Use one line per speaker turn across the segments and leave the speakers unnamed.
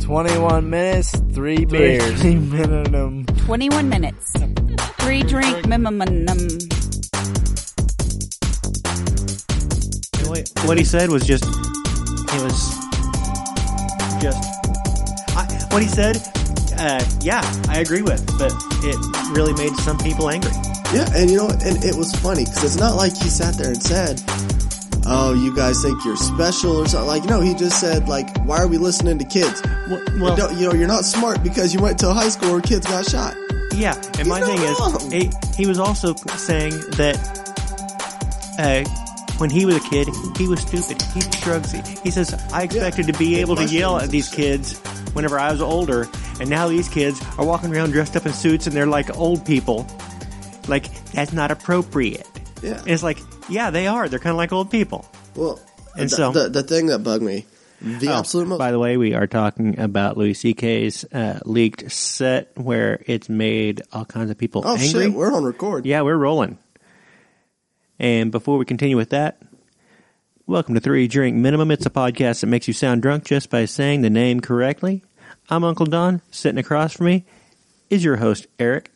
21 minutes, three, beers.
Three minimum.
21 minutes. Three drink minimum.
What he said was just. It was. Just. I, what he said, uh, yeah, I agree with, but it really made some people angry.
Yeah, and you know, and it was funny because it's not like he sat there and said, "Oh, you guys think you're special" or something. Like, no, he just said, "Like, why are we listening to kids?
Well, well
Don't- you know, you're not smart because you went to a high school where kids got shot."
Yeah, and my
not
thing is,
wrong.
he, he was also saying that uh, when he was a kid, he was stupid. He shrugs. He, he says, "I expected to be able to yell at these kids whenever I was older, and now these kids are walking around dressed up in suits and they're like old people. Like that's not appropriate."
Yeah.
And it's like, yeah, they are. They're kind of like old people.
Well,
And
the,
so-
the, the thing that bugged me, the
Oh,
absolute most.
By the way, we are talking about Louis C.K.'s uh, leaked set where it's made all kinds of people
oh
angry.
shit, we're on record.
Yeah, we're rolling. And before we continue with that, welcome to Three Drink Minimum. It's a podcast that makes you sound drunk just by saying the name correctly. I'm Uncle Don. Sitting across from me is your host, Eric.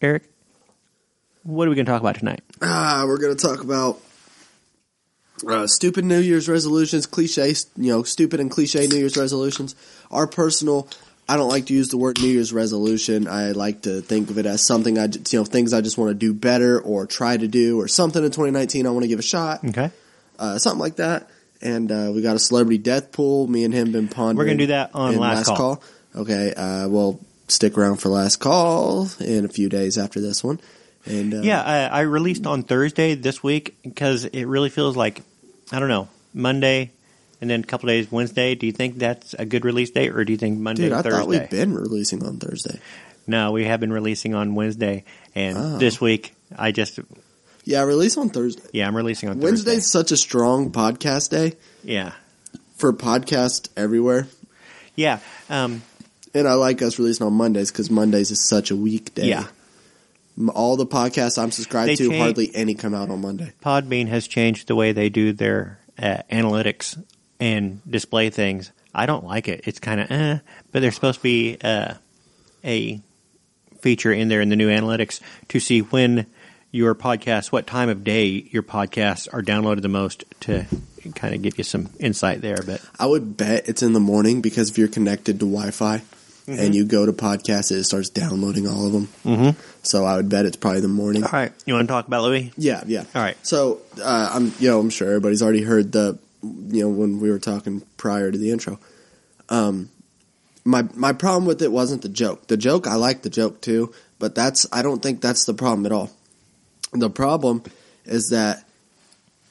Eric, what are we going to talk about tonight?
Ah, we're gonna talk about uh, stupid New Year's resolutions, cliche, you know, stupid and cliche New Year's resolutions. Our personal. I don't like to use the word New Year's resolution. I like to think of it as something I, j- you know, things I just want to do better or try to do or something in 2019 I want to give a shot,
Okay.
uh, something like that. And uh, we got a celebrity death pool. Me and him been pondering.
We're gonna do that on
in
Last Call.
Okay, uh, well, stick around for last call in a few days after this one. And uh,
Yeah, I, I released on Thursday this week because it really feels like, I don't know, Monday and then a couple days Wednesday. Do you think that's a good release date or do you think Monday,
dude, I
Thursday?
thought we'd been releasing on Thursday.
No, we have been releasing on Wednesday, and
Oh.
this week I just
Yeah, release on Thursday.
yeah I'm releasing on Thursday.
Wednesday's such a strong podcast day
Yeah,
for podcast everywhere,
yeah, um,
and I like us releasing on Mondays because Mondays is such a weekday.
yeah.
M- all the podcasts I'm subscribed
They
to
change-
hardly any come out on Monday.
Podbean has changed the way they do their uh, analytics and display things. I don't like it. It's kind of eh, but there's supposed to be uh, a feature in there in the new analytics to see when your podcast, what time of day your podcasts are downloaded the most to kind of give you some insight there. But
I would bet it's in the morning because if you're connected to Wi-Fi
Mm-hmm.
and you go to podcasts, it starts downloading all of them. Mm-hmm. So I would bet it's probably the morning.
all right, you want to talk about Louis?
Yeah, yeah.
All right.
So uh, I'm, you know, I'm sure everybody's already heard the, you know, when we were talking prior to the intro. Um, my my problem with it wasn't the joke. The joke, I like the joke too, but that's I don't think that's the problem at all. The problem is that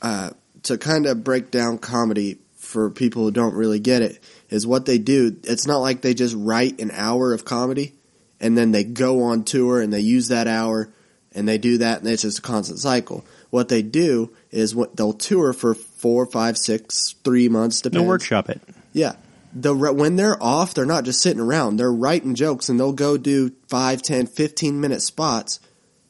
uh, to kind of break down comedy for people who don't really get it is what they do. It's not like they just write an hour of comedy and then they go on tour and they use that hour and they do that and it's just a constant cycle. What they do is what they'll tour for four, five, six, three months,
No
depending.
workshop it.
Yeah. The, re- when they're off, they're not just sitting around. They're writing jokes and they'll go do 5, 10, 15 minute spots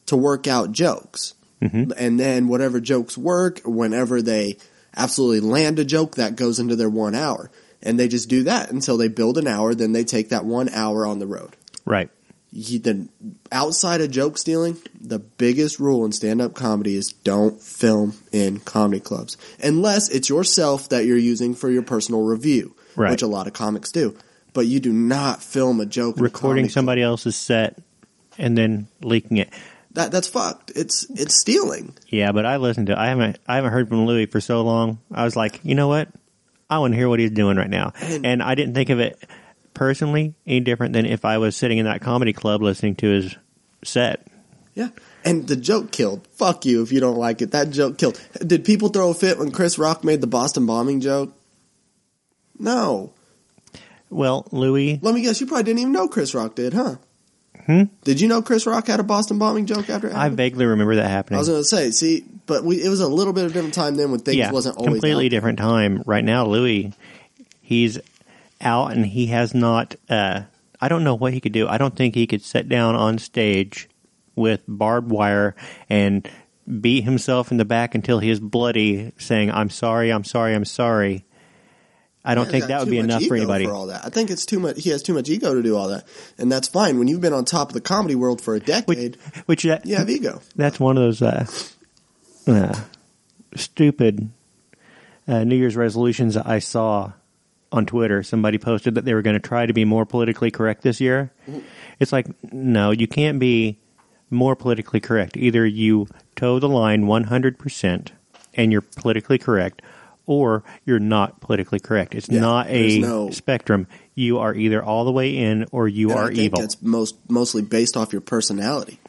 to work out jokes. And then whatever jokes work, whenever they absolutely land a joke, that goes into their one hour. And they just do that until they build an hour, then they take that one hour on the road.
Right.
You, the, outside of joke stealing, the biggest rule in stand up comedy is don't film in comedy clubs unless it's yourself that you're using for your personal review,
Right.
which a lot of comics do. But you do not film a joke in a
recording
comedy club.
somebody else's set and then leaking it.
That that's fucked. It's it's stealing.
Yeah, but I listened to. I haven't. I haven't heard from Louis for so long. I was like, you know what? I want to hear what he's doing right now.
And-
And I didn't think of it personally any different than if I was sitting in that comedy club listening to his set.
Yeah. And the joke killed. Fuck you if you don't like it. That joke killed. Did people throw a fit when Chris Rock made the Boston bombing joke? No.
Well, Louis,
Let me guess. You probably didn't even know Chris Rock did, huh?
Hmm?
Did you know Chris Rock had a Boston bombing joke after? it
I
happened?
vaguely remember that
I
happening.
was going to say, see, but we, it was a little bit of a different time then when things
yeah,
wasn't always
completely
out.
different time right now. Louis, he's out and he has not. Uh, I don't know what he could do. I don't think he could sit down on stage with barbed wire and beat himself in the back until he is bloody, saying "I'm sorry, I'm sorry, I'm sorry." I don't
Man's
think
got
that would
too
be
much
enough for
ego
anybody.
For all that, I think it's too much. He has too much ego to do all that, and that's fine. When you've been on top of the comedy world for a
which,
decade,
which uh, that,
you have ego.
that's one of those uh, uh, stupid uh, New Year's resolutions that I saw on Twitter. Somebody posted that they were going to try to be more politically correct this year. It's like, no, you can't be more politically correct. Either you toe the line 100% and you're politically correct, or you're not politically correct. It's
Yeah,
not a
there's no-
spectrum. You are either all the way in or you
And
are
I think
evil.
That's most mostly based off your personality.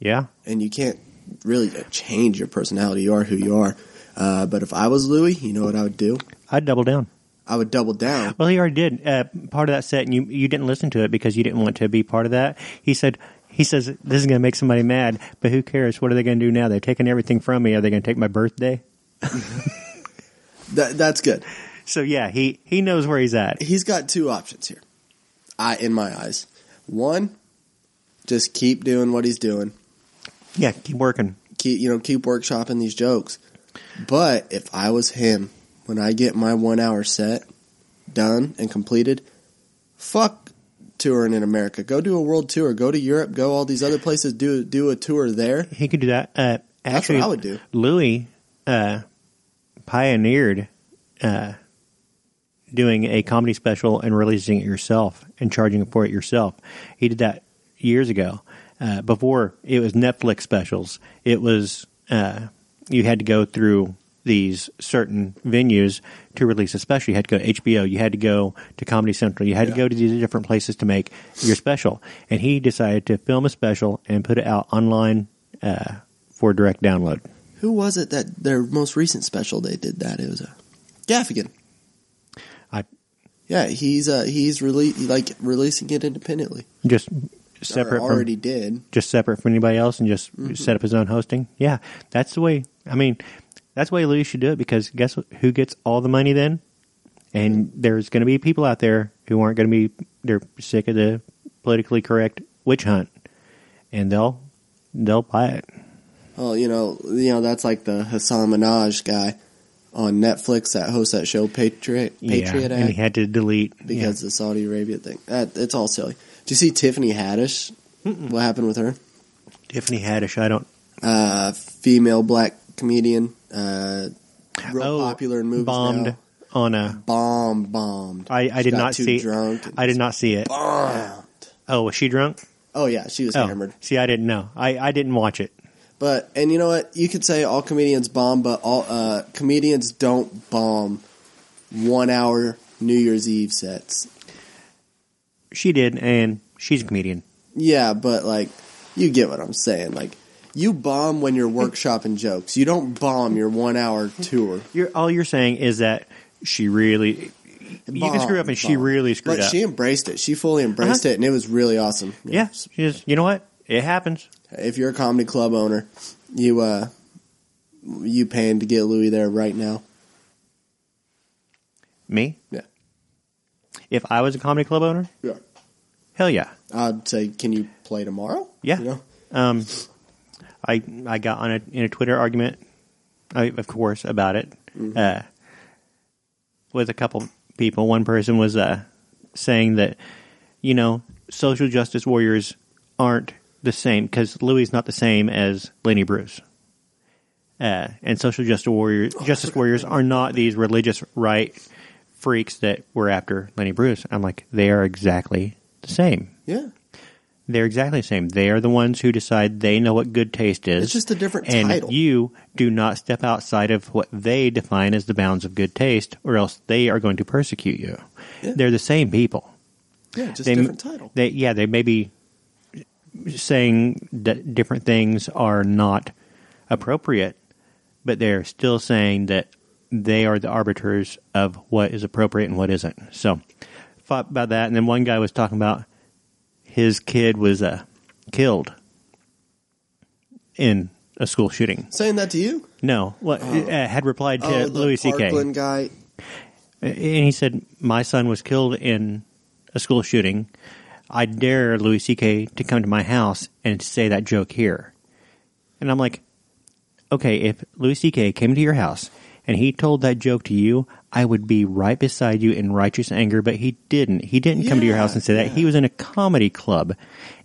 Yeah.
and you can't really change your personality. You are who you are. Uh, but if I was Louis, you know what I would do?
I'd double down.
I would double down.
Well, he already did uh, part of that set, and you you didn't listen to it because you didn't want to be part of that. He said he says this is going to make somebody mad, but who cares? What are they going to do now? They've taken everything from me. Are they going to take my birthday?
That, that's good.
So yeah, he he knows where he's at.
He's got two options here. I, in my eyes, one, just keep doing what he's doing.
Yeah, keep working.
Keep you know keep workshopping these jokes. But if I was him, when I get my one hour set done and completed, fuck touring in America. Go do a world tour. Go to Europe. Go all these other places. Do do a tour there.
He could do that. Uh,
what
actually,
I would do.
Louis uh, pioneered uh, doing a comedy special and releasing it yourself and charging for it yourself. He did that years ago. Uh, before it was Netflix specials, it was uh, you had to go through these certain venues to release a special. You had to go to HBO, you had to go to Comedy Central, you had to
Yeah.
go to these different places to make your special. And he decided to film a special and put it out online uh, for direct download.
Who was it that their most recent special they did that? It was a Gaffigan.
I
Yeah, he's uh he's rele- like releasing it independently.
just
Or
separate from-
already Mm-hmm. did.
just separate from anybody else and just set up his own hosting. Yeah, that's the way. I mean, that's the way Louis should do it because guess what, who gets all the money then? And there's going to be people out there who aren't going to be they're sick of the politically correct witch hunt, and they'll they'll buy it.
Well, you know, you know that's like the Hassan Minaj guy on Netflix that hosts that show Patriot Patriot
yeah,
Act
and he had to delete yeah.
because the Saudi Arabia thing. That it's all silly. Do you see Tiffany Haddish? What happened with her?
Tiffany Haddish. I don't.
Uh, female black comedian, uh, real
oh,
popular in movies
bombed
now.
on a.
Bomb, bombed.
I, I
She
did
got
not
too
see.
Drunk. and
I did not see it.
bombed.
Oh, was she drunk?
Oh yeah, she was hammered.
see, I didn't know. I, I didn't watch it.
But and you know what? You could say all comedians bomb, but all uh, comedians don't bomb one hour New Year's Eve sets.
She did, and she's a comedian.
Yeah, but like you get what I'm saying. Like you bomb when you're workshopping jokes. You don't bomb your one hour tour.
You're, all you're saying is that she really. you can screw up,
Bomb,
and she
bomb.
really screwed
but
up.
she embraced it. She fully embraced
Uh-huh.
it, and it was really awesome.
yeah, she just. You know what? It happens.
If you're a comedy club owner, you uh, you paying to get Louis there right now.
Me,
Yeah,
if I was a comedy club owner,
yeah.
hell yeah,
I'd say, can you play tomorrow?
yeah.
You know?
Um, I I got on a in a Twitter argument, I, of course, about it uh, with a couple people. One person was uh, saying that you know social justice warriors aren't the same because Louis is not the same as Lenny Bruce. Uh, and social justice warriors, justice warriors are not these religious right freaks that were after Lenny Bruce. I'm like, they are exactly the same.
Yeah.
They're exactly the same. They are the ones who decide they know what good taste is.
It's just a different
and
title.
you do not step outside of what they define as the bounds of good taste, or else they are going to persecute you.
Yeah.
They're the same people.
Yeah, just
They-
different title.
They, yeah, they may be saying that different things are not appropriate, but they're still saying that they are the arbiters of what is appropriate and what isn't. So, fought about that. And then one guy was talking about his kid was uh, killed in a school shooting.
Saying that to you? Oh,
No, what uh, had replied to
Uh-huh. the
Louis C.K.
Parkland guy.
And he said, My son was killed in a school shooting. I dare Louis C.K. to come to my house and say that joke here. And I'm like, Okay, if Louis C.K. came to your house and he told that joke to you, I would be right beside you in righteous anger, but he didn't. He didn't come to your
Yeah,
house and say that. He was in a comedy club,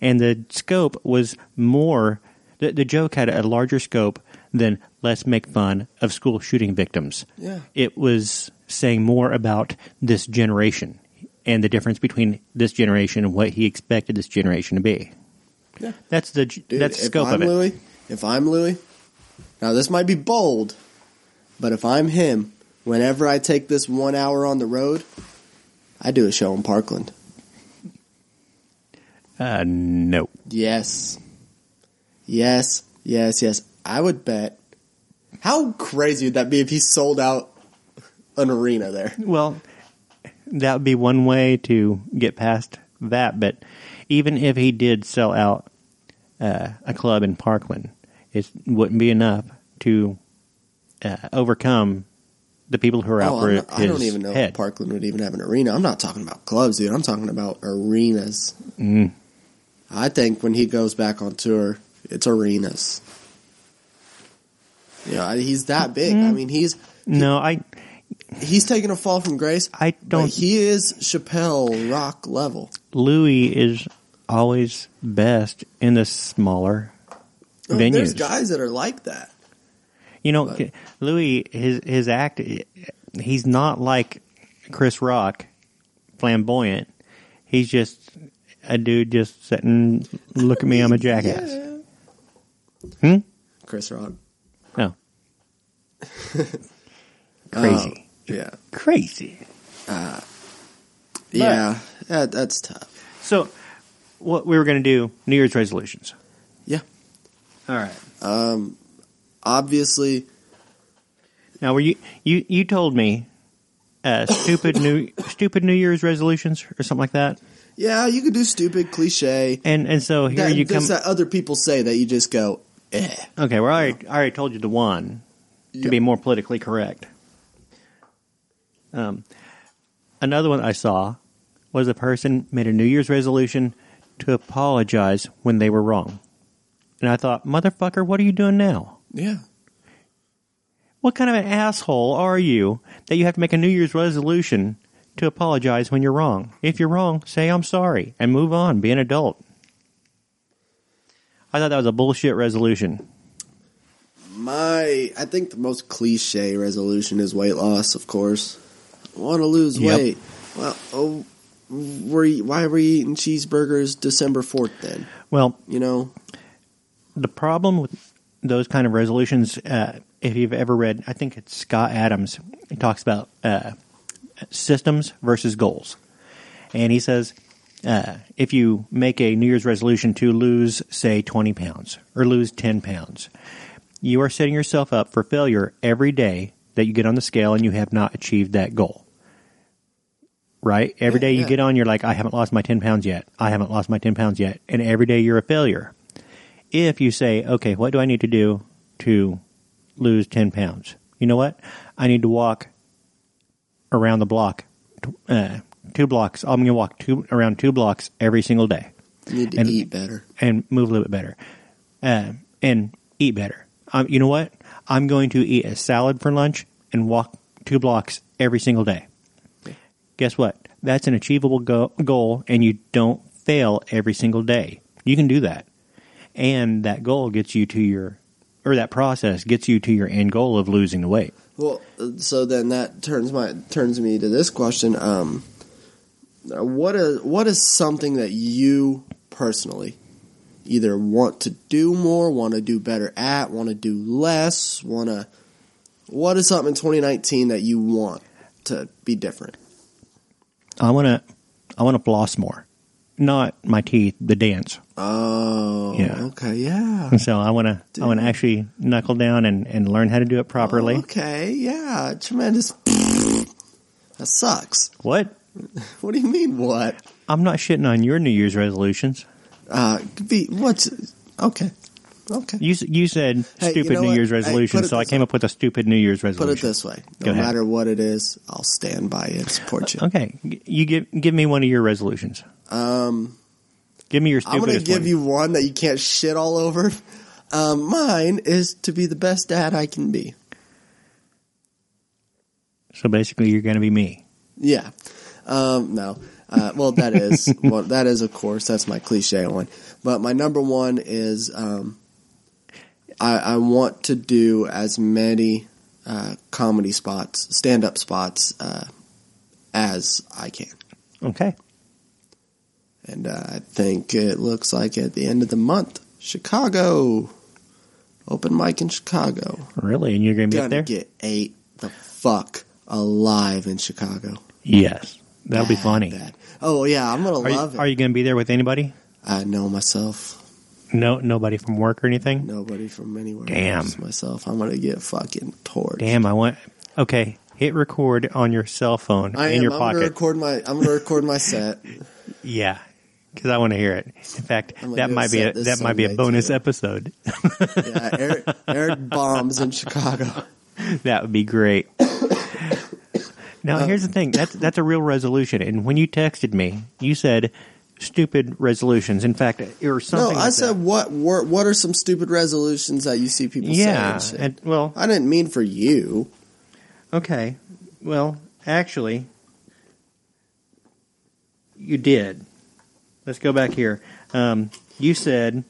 and the scope was more, the, the joke had a larger scope than let's make fun of school shooting victims.
Yeah.
It was saying more about this generation and the difference between this generation and what he expected this generation to be.
Yeah.
That's the
Dude,
that's the
if
scope
I'm
of it.
Louis, if I'm Louis, now this might be bold, but if I'm him, whenever I take this one hour on the road, I do a show in Parkland.
Uh, no.
Yes. Yes, yes, yes. I would bet. How crazy would that be if he sold out an arena there?
Well, that would be one way to get past that. But even if he did sell out uh, a club in Parkland, it wouldn't be enough to uh, overcome the people who are out
Oh,
for
I'm
his
not- I don't even know
head.
if Parkland would even have an arena. I'm not talking about clubs, dude. I'm talking about arenas.
Mm.
I think when he goes back on tour, it's arenas. You know, I- he's that big.
Mm.
I mean, he's
no, I
he's taking a fall from grace.
I
But
don't.
he is Chappelle rock level.
Louis is always best in the smaller
I mean,
venues.
Oh, there's guys that are like that.
You know,
But-
Louis, his his act, he's not like Chris Rock, flamboyant. He's just a dude just sitting, look at me, I'm a jackass.
Yeah.
Hmm?
Chris Rock.
No, crazy,
Oh, yeah.
crazy.
Yeah. That, that's tough.
So, what we were going to do? New Year's resolutions.
Yeah.
All right.
Obviously,
Now, were you you you told me uh, stupid new stupid New Year's resolutions or something like that?
yeah, you could do stupid cliche.
And and so here
That,
you come.
things that other people say that you just go, eh.
Okay, well, I already, I already told you the one to
Yep.
be more politically correct. Um, another one I saw was a person made a New Year's resolution to apologize when they were wrong, and I thought, motherfucker, what are you doing now?
Yeah.
What kind of an asshole are you that you have to make a New Year's resolution to apologize when you're wrong? If you're wrong, say I'm sorry and move on. Be an adult. I thought that was a bullshit resolution.
My, I think the most cliche resolution is weight loss. Of course, want to lose
Yep.
weight. Well, oh, were you, why were you eating cheeseburgers December fourth? Then
Well,
you know,
the problem with those kind of resolutions, uh, if you've ever read, I think it's Scott Adams, he talks about uh, systems versus goals. And he says uh, if you make a New Year's resolution to lose, say, 20 pounds or lose 10 pounds, you are setting yourself up for failure every day that you get on the scale and you have not achieved that goal. Right? Every
Yeah,
day you
yeah.
get on, you're like, I haven't lost my 10 pounds yet. I haven't lost my 10 pounds yet. And every day you're a failure if you say, okay, what do I need to do to lose 10 pounds? You know what? I need to walk around the block, t- uh, two blocks. I'm going to walk two, around two blocks every single day
you need to
And-
eat better.
and move a little bit better uh, and eat better. Um, you know what? I'm going to eat a salad for lunch and walk two blocks every single day. Guess what? That's an achievable go- goal, and you don't fail every single day. You can do that. And that goal gets you to your, or that process gets you to your end goal of losing the weight.
Well, uh, so then that turns my turns me to this question. Um, uh, what is what is something that you personally either want to do more, want to do better at, want to do less, want to? What is something in 2019 that you want to be different?
I want to, I want to floss more, not my teeth, the dance.
Oh,
Yeah.
Okay, yeah.
And so I want to, I want to actually knuckle down and, and learn how to do it
Oh,
properly.
Okay, yeah. Tremendous. that sucks.
What?
What do you mean? What?
I'm not shitting on your New Year's resolutions.
Uh, could be what's okay, okay.
You s- you said
Hey, you
stupid
know
New
what?
Year's
Hey,
resolution,
put it
so I
this
came up with a stupid New Year's
Put
resolution.
it this way:
Go
no
ahead. Uh,
matter what it is, I'll stand by it and support you.
Okay, G- you give give me one of your resolutions.
Um,
Give me your
I'm going to
stupidest
give
one.
you one that you can't shit all over. Um, mine is to be the best dad I can be.
So basically, you're going to be me.
Yeah. Um, no. Uh, well, that is well, that is of course that's my cliche one. But my number one is um, I, I want to do as many uh, comedy spots, stand up spots uh, as I can,
Okay.
and uh, I think it looks like at the end of the month, Chicago, open mic in Chicago.
Really? And you're going to be
Gonna
up there?
get ate the fuck alive in Chicago.
yes. That'll be
Bad,
funny.
bad. Oh yeah, I'm gonna
Are you,
love it.
are you going to be there with anybody?
I know myself.
No, nobody from work or anything.
Nobody from anywhere.
Damn.
Just myself. I'm gonna get fucking torched.
Damn, I want. Okay, hit record on your cell phone
I
in
am.
your
I'm
pocket.
gonna record my. I'm gonna record my set.
Yeah, because I want to hear it. In fact,
I'm gonna
that
do a
might be
set
a,
this
that might be a
Sunday,
bonus
too.
episode.
Yeah, Eric, Eric bombs in Chicago.
that would be great. now,
Uh,
here's the thing. That's that's a real resolution. And when you texted me, you said stupid resolutions. In fact, or
No,
something.
I
like
said
that.
what, what? What are some stupid resolutions that you see people?
Yeah,
saying? shit?
and, well,
I didn't mean for you.
Okay. Well, actually, you did. Let's go back here. Um, you said,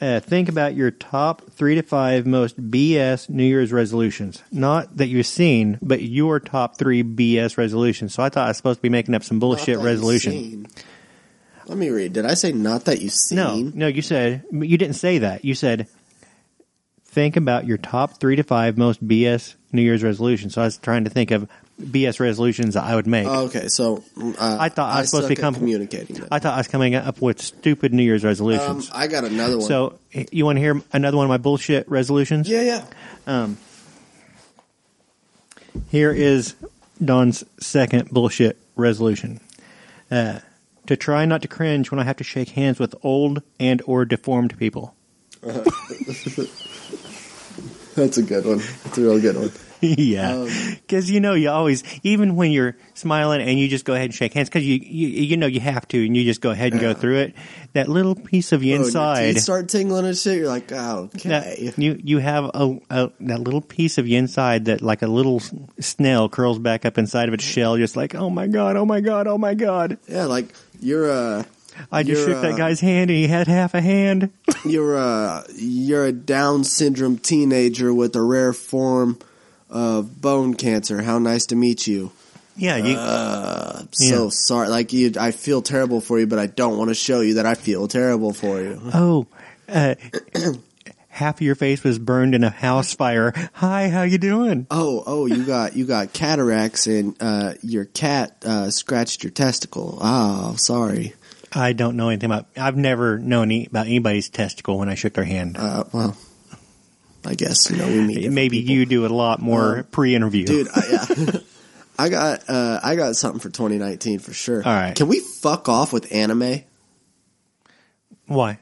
uh, think about your top three to five most BS New Year's resolutions. Not that you've seen, but your top three BS resolutions. So I thought I was supposed to be making up some
Not that
bullshit
you've
resolution.
seen. Let me read. Did I say not that you've seen?
No, no, you said you didn't say that. You said think about your top three to five most BS New Year's resolutions. So I was trying to think of BS resolutions that I would make.
Oh, okay, so uh,
I thought I was supposed to
suck at
become-
communicating. That.
I thought I was coming up with stupid New Year's
um,
resolutions.
I got another one.
so h- you want to hear another one of my bullshit resolutions?
yeah, yeah.
Here is Don's second bullshit resolution. Uh, to try not to cringe when I have to shake hands with old and or deformed people.
That's a good one. That's a real good one. Oh,
yeah,
Um,
because you know you always, even when you're smiling and you just go ahead and shake hands, because you, you you know you have to, and you just go ahead and go through it. That little piece of you
Bro, Oh, Your
inside,
teeth start tingling and shit. You're like, oh, okay.
that, you you have a, a that little piece of you inside that like a little s- snail curls back up inside of its shell, just like oh my god, oh my god, oh my god.
yeah, like you're a
I just
You're,
shook that
uh,
guy's hand and he had half a hand.
you're a you're a Down syndrome teenager with a rare form of bone cancer. How nice to meet you.
Yeah, you,
I'm so
Yeah.
sorry. Like you, I feel terrible for you, but I don't want to show you that I feel terrible for you.
oh. Uh, Half of your face was burned in a house fire. Hi, how you doing?
Oh, oh, you got you got cataracts and uh, your cat uh, scratched your testicle. Oh, sorry.
I don't know anything about. I've never known any, about anybody's testicle when I shook their hand.
Uh, well, I guess you know we meet. different
Maybe
people.
you do a lot more pre-interview.
dude. I, yeah. I got uh, I got something for 2019 for sure.
All right.
can we fuck off with anime?
Why?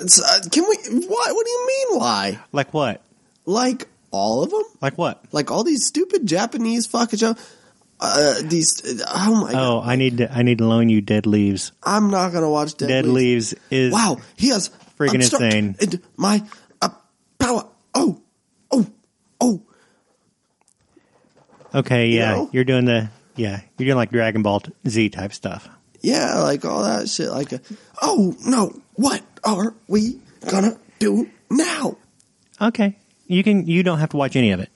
It's, uh, can we? Why? What do you mean? Why?
Like what?
Like all of them?
Like what?
Like all these stupid Japanese fucking show? Uh, these? Oh my! god.
Oh, I need to. I need to loan you Dead Leaves.
I'm not gonna watch Dead,
Dead, Leaves. is
Wow, he has
Freaking
I'm stuck
insane.
in my uh, power. Oh, oh, oh.
okay. Yeah,
No.
you're doing the yeah. You're doing like Dragon Ball Z type stuff.
Yeah, like all that shit. Like, uh, oh no, what are we gonna do now?
Okay, you can. You don't have to watch any of it.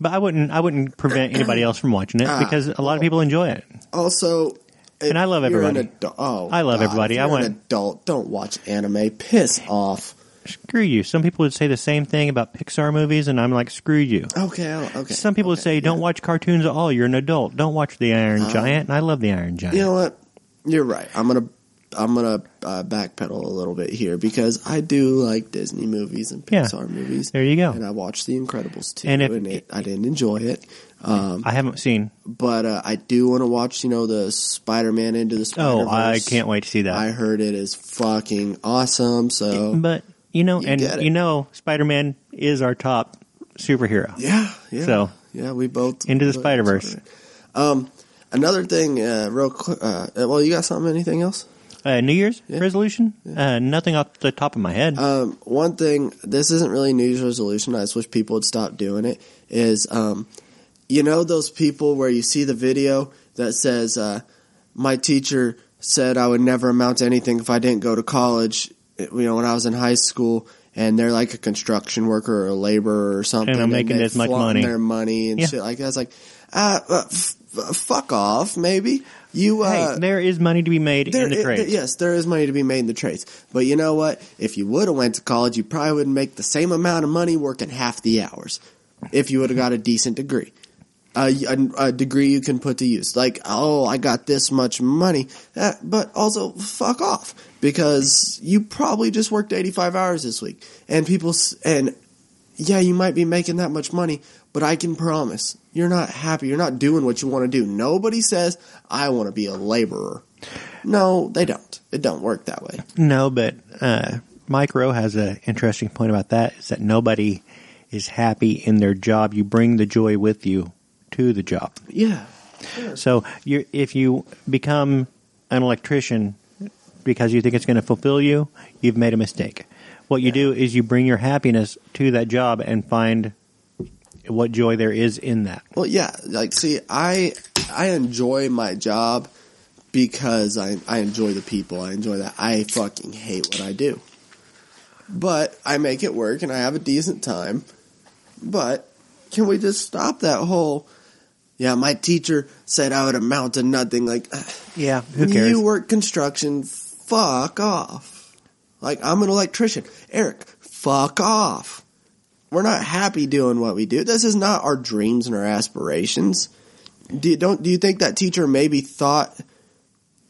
But I wouldn't. I wouldn't prevent anybody else from watching it
Ah,
because a lot of people enjoy it.
Also, if
And I love
you're
everybody.
An adult, oh,
I love
God,
everybody.
if
I
you're an
want-
adult. Don't watch anime. Piss off.
Screw you. Some people would say the same thing about Pixar movies, and I'm like, screw you.
Okay, I'll- okay.
Some people
okay. Uh-huh.
say, "Don't watch cartoons at all. You're an adult. Don't watch the Iron Giant." And I love the Iron Giant.
You know what? You're right. I'm gonna I'm gonna uh, backpedal a little bit here because I do like Disney movies and
Yeah.
Pixar movies.
There you go.
And I watched The Incredibles too,
And
and,
if-
it, I didn't enjoy it. Um,
I haven't seen.
but uh, I do want to watch, you know, the Spider-Man into the Spider-Verse.
Oh, I can't wait to see that.
I heard it is fucking awesome. So
but you know,
You get
and
it.
you know, Spider Man is our top superhero.
yeah, yeah,
So.
yeah, we both
Into the
we both-
Spider-Verse.
Um, another thing, uh, real quick. Uh, well, you got something? Anything else?
Uh, New Year's resolution? Uh, nothing off the top of my head.
Um, one thing, this isn't really New Year's resolution. I just wish people would stop doing it. Is um, you know those people where you see the video that says, uh, "My teacher said I would never amount to anything if I didn't go to college." eh, You know, when I was in high school, and they're like a construction worker or a laborer or something,
I'm making
they
this much
flaunt
money.
their money and
Yeah.
shit like that. It's like, uh, uh, f- f- fuck off, maybe you. Uh,
hey, there is money to be made in
there-
the
it-
trades.
there- yes, there is money to be made in the trades. But you know what? If you would have went to college, you probably would make the same amount of money working half the hours. If you would have got a decent degree, a, a, a degree you can put to use. Like, oh, I got this much money, Uh, but also fuck off because you probably just worked eighty five hours this week, and people s- and yeah, you might be making that much money, but I can promise you're not happy. You're not doing what you want to do. Nobody says I want to be a laborer. No, they don't. It don't work that way.
No, but uh, Mike Rowe has an interesting point about that is that nobody is happy in their job. You bring the joy with you to the job.
Yeah.
So you if you become an electrician because you think it's going to fulfill you, you've made a mistake. What you do is you bring your happiness to that job and find what joy there is in that.
Well, yeah. Like, see, I I enjoy my job because I I enjoy the people. I enjoy that. I fucking hate what I do, but I make it work and I have a decent time. But can we just stop that whole? Yeah, my teacher said I would amount to nothing. Like,
Yeah, who cares?
You work construction. Fuck off. Like I'm an electrician, Eric. Fuck off. We're not happy doing what we do. This is not our dreams and our aspirations. Do you, don't do you think that teacher maybe thought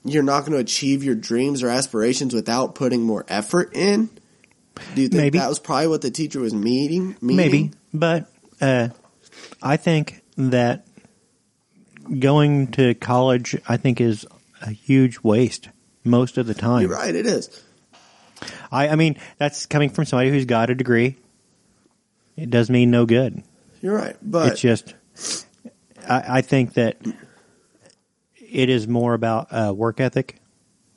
you're not going to achieve your dreams or aspirations without putting more effort in? Do you think
Maybe.
that was probably what the teacher was meeting? meaning?
Maybe, but uh, I think that going to college, I think, is a huge waste most of the time.
You're right. It is.
I, I mean, that's coming from somebody who's got a degree. It does mean no good.
You're right. But
It's just, I, I think that it is more about uh, work ethic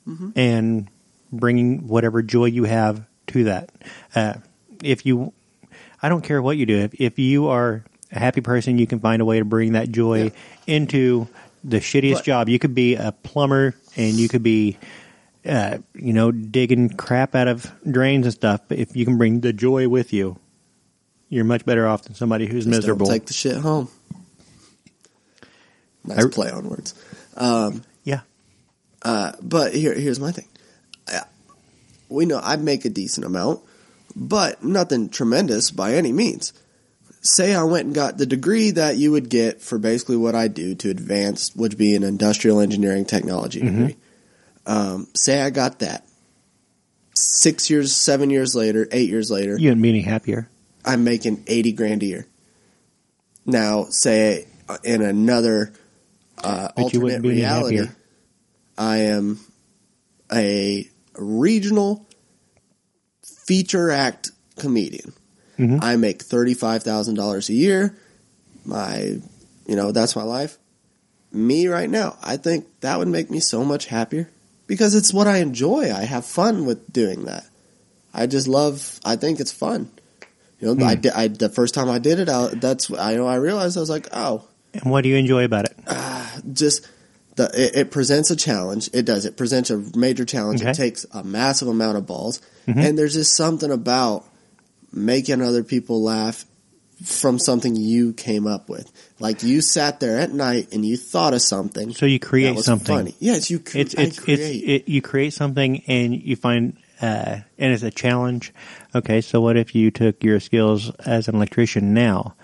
Mm-hmm.
and bringing whatever joy you have to that. Uh, if you, I don't care what you do. If, if you are a happy person, you can find a way to bring that joy
Yeah.
into the shittiest
But-
job. You could be a plumber and you could be, uh, you know, digging crap out of drains and stuff. But if you can bring the joy with you, you're much better off than somebody who's
Just don't
miserable.
Take the shit home. Nice
I-
play on words. Um, uh,
yeah.
But here, here's my thing. I, we know I make a decent amount, but nothing tremendous by any means. Say I went and got the degree that you would get for basically what I do to advance, would be an industrial engineering technology
Mm-hmm.
degree. Um, say I got that. Six years, seven years later, eight years later,
You and me any happier.
I'm making 80 grand a year. Now, say uh, in another uh,
But you
alternate
wouldn't be any
reality,
happier.
I am a regional feature act comedian.
Mhm.
I make $35,000 a year. My, you know, that's my life. Me right now, I think that would make me so much happier because it's what I enjoy. I have fun with doing that. I just love. I think it's fun. You know, I,
Hmm.
di- I the first time I did it, I, that's I know I realized I was like, oh,
And what do you enjoy about it?
just the it, it presents a challenge. It does. It presents a major challenge.
Okay. Mm-hmm.
It takes a massive amount of balls, and there's just something about making other people laugh from something you came up with. Like you sat there at night and you thought of something.
So you create
that was
something.
Funny. Yes, you. Cre-
It's
I
it's,
create.
it's it, you create something and you find uh, and it's a challenge. Okay, so what if you took your skills as an electrician now,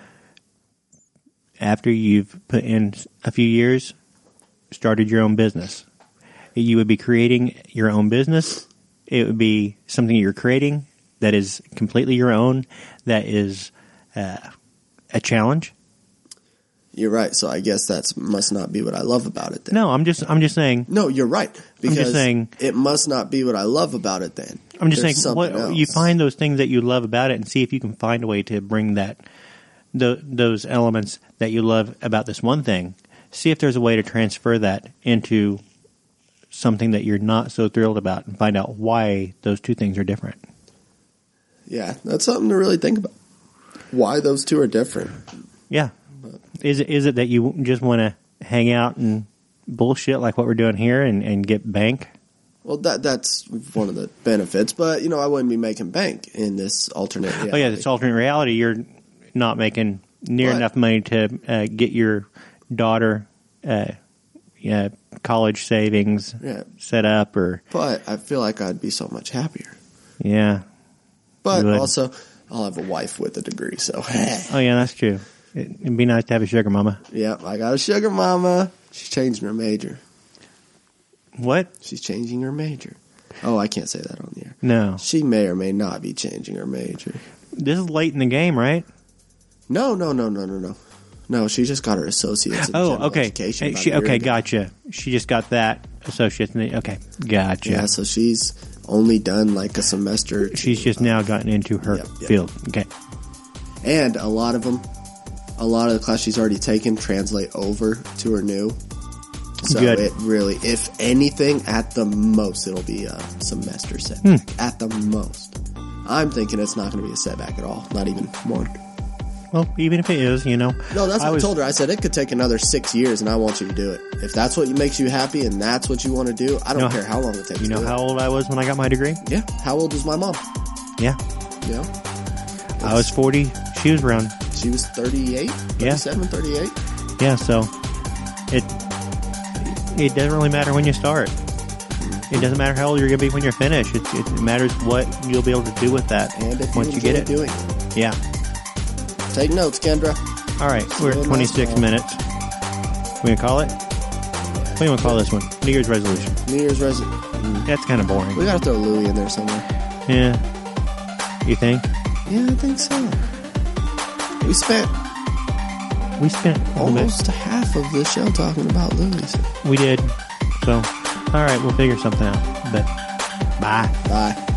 after you've put in a few years, started your own business? You would be creating your own business. It would be something you're creating that is completely your own. That is uh, a challenge.
You're right. So I guess that's must not be what I love about it. Then.
No, I'm just I'm just saying
No, you're right. Because
saying-
it must not be what I love about it. Then
I'm just saying,
There's something
what,
else.
you find those things that you love about it, and see if you can find a way to bring that tho- those elements that you love about this one thing. See if there's a way to transfer that into something that you're not so thrilled about and find out why those two things are different.
Yeah, that's something to really think about. Why those two are different.
Yeah. Is it is it that you just want to hang out and bullshit like what we're doing here and, and get bank?
Well, that that's one of the benefits, but you know, I wouldn't be making bank in this alternate.
Oh yeah,
reality.
it's alternate reality. You're not making near
Right.
enough money to uh, get your daughter uh, yeah, college savings
Yeah.
set up, or
But I feel like I'd be so much happier.
yeah.
But
You would.
also, I'll have a wife with a degree, so
Oh yeah, that's true. It, it'd be nice to have a sugar mama.
yep, I got a sugar mama. She's changing her major.
What?
She's changing her major. Oh, I can't say that on the air.
No,
She may or may not be changing her major.
this is late in the game, right?
No, no, no, no, no, no. No, she just got her associates in
Oh,
general
okay.
education.
Hey,
about a
she,
year
okay,
ago.
gotcha. She just got that associate. Okay, gotcha.
Yeah, so she's only done like a semester.
She's just now gotten into her
Yep, yep.
field. Okay.
and a lot of them, a lot of the class she's already taken translate over to her new. So
Good.
it really, if anything, at the most, it'll be a semester setback.
Hmm.
At the most, I'm thinking it's not going to be a setback at all. Not even one.
Well, even if it is, you know,
No, that's what I,
was-
told her. I said it could take another six years, and I want you to do it. If that's what makes you happy and that's what you want to do, I don't
No.
care how long it takes.
You
to
know
do
how old I was when I got my degree?
It. Yeah. How old was my mom?
Yeah,
You know,
I was forty. She was around.
She was 38,
Yeah.
37, 38.
Yeah, so it it doesn't really matter when you start. It doesn't matter how old you're going to be when you're finished. It, it matters what you'll be able to do with that
And if
once
you,
you get
enjoy
it.
doing it,
Yeah.
take notes, Kendra.
All right,
So
we're at
last
26
one.
minutes. We gonna call it. What do you want to call this one? New Year's resolution.
New Year's resolution.
That's kind of
We
boring.
gotta throw Louie in there somewhere.
Yeah. You think?
Yeah, I think so. We spent
We spent almost.
almost half of the show talking about Louie's.
We did. So, all right, we'll figure something out. But bye.
Bye.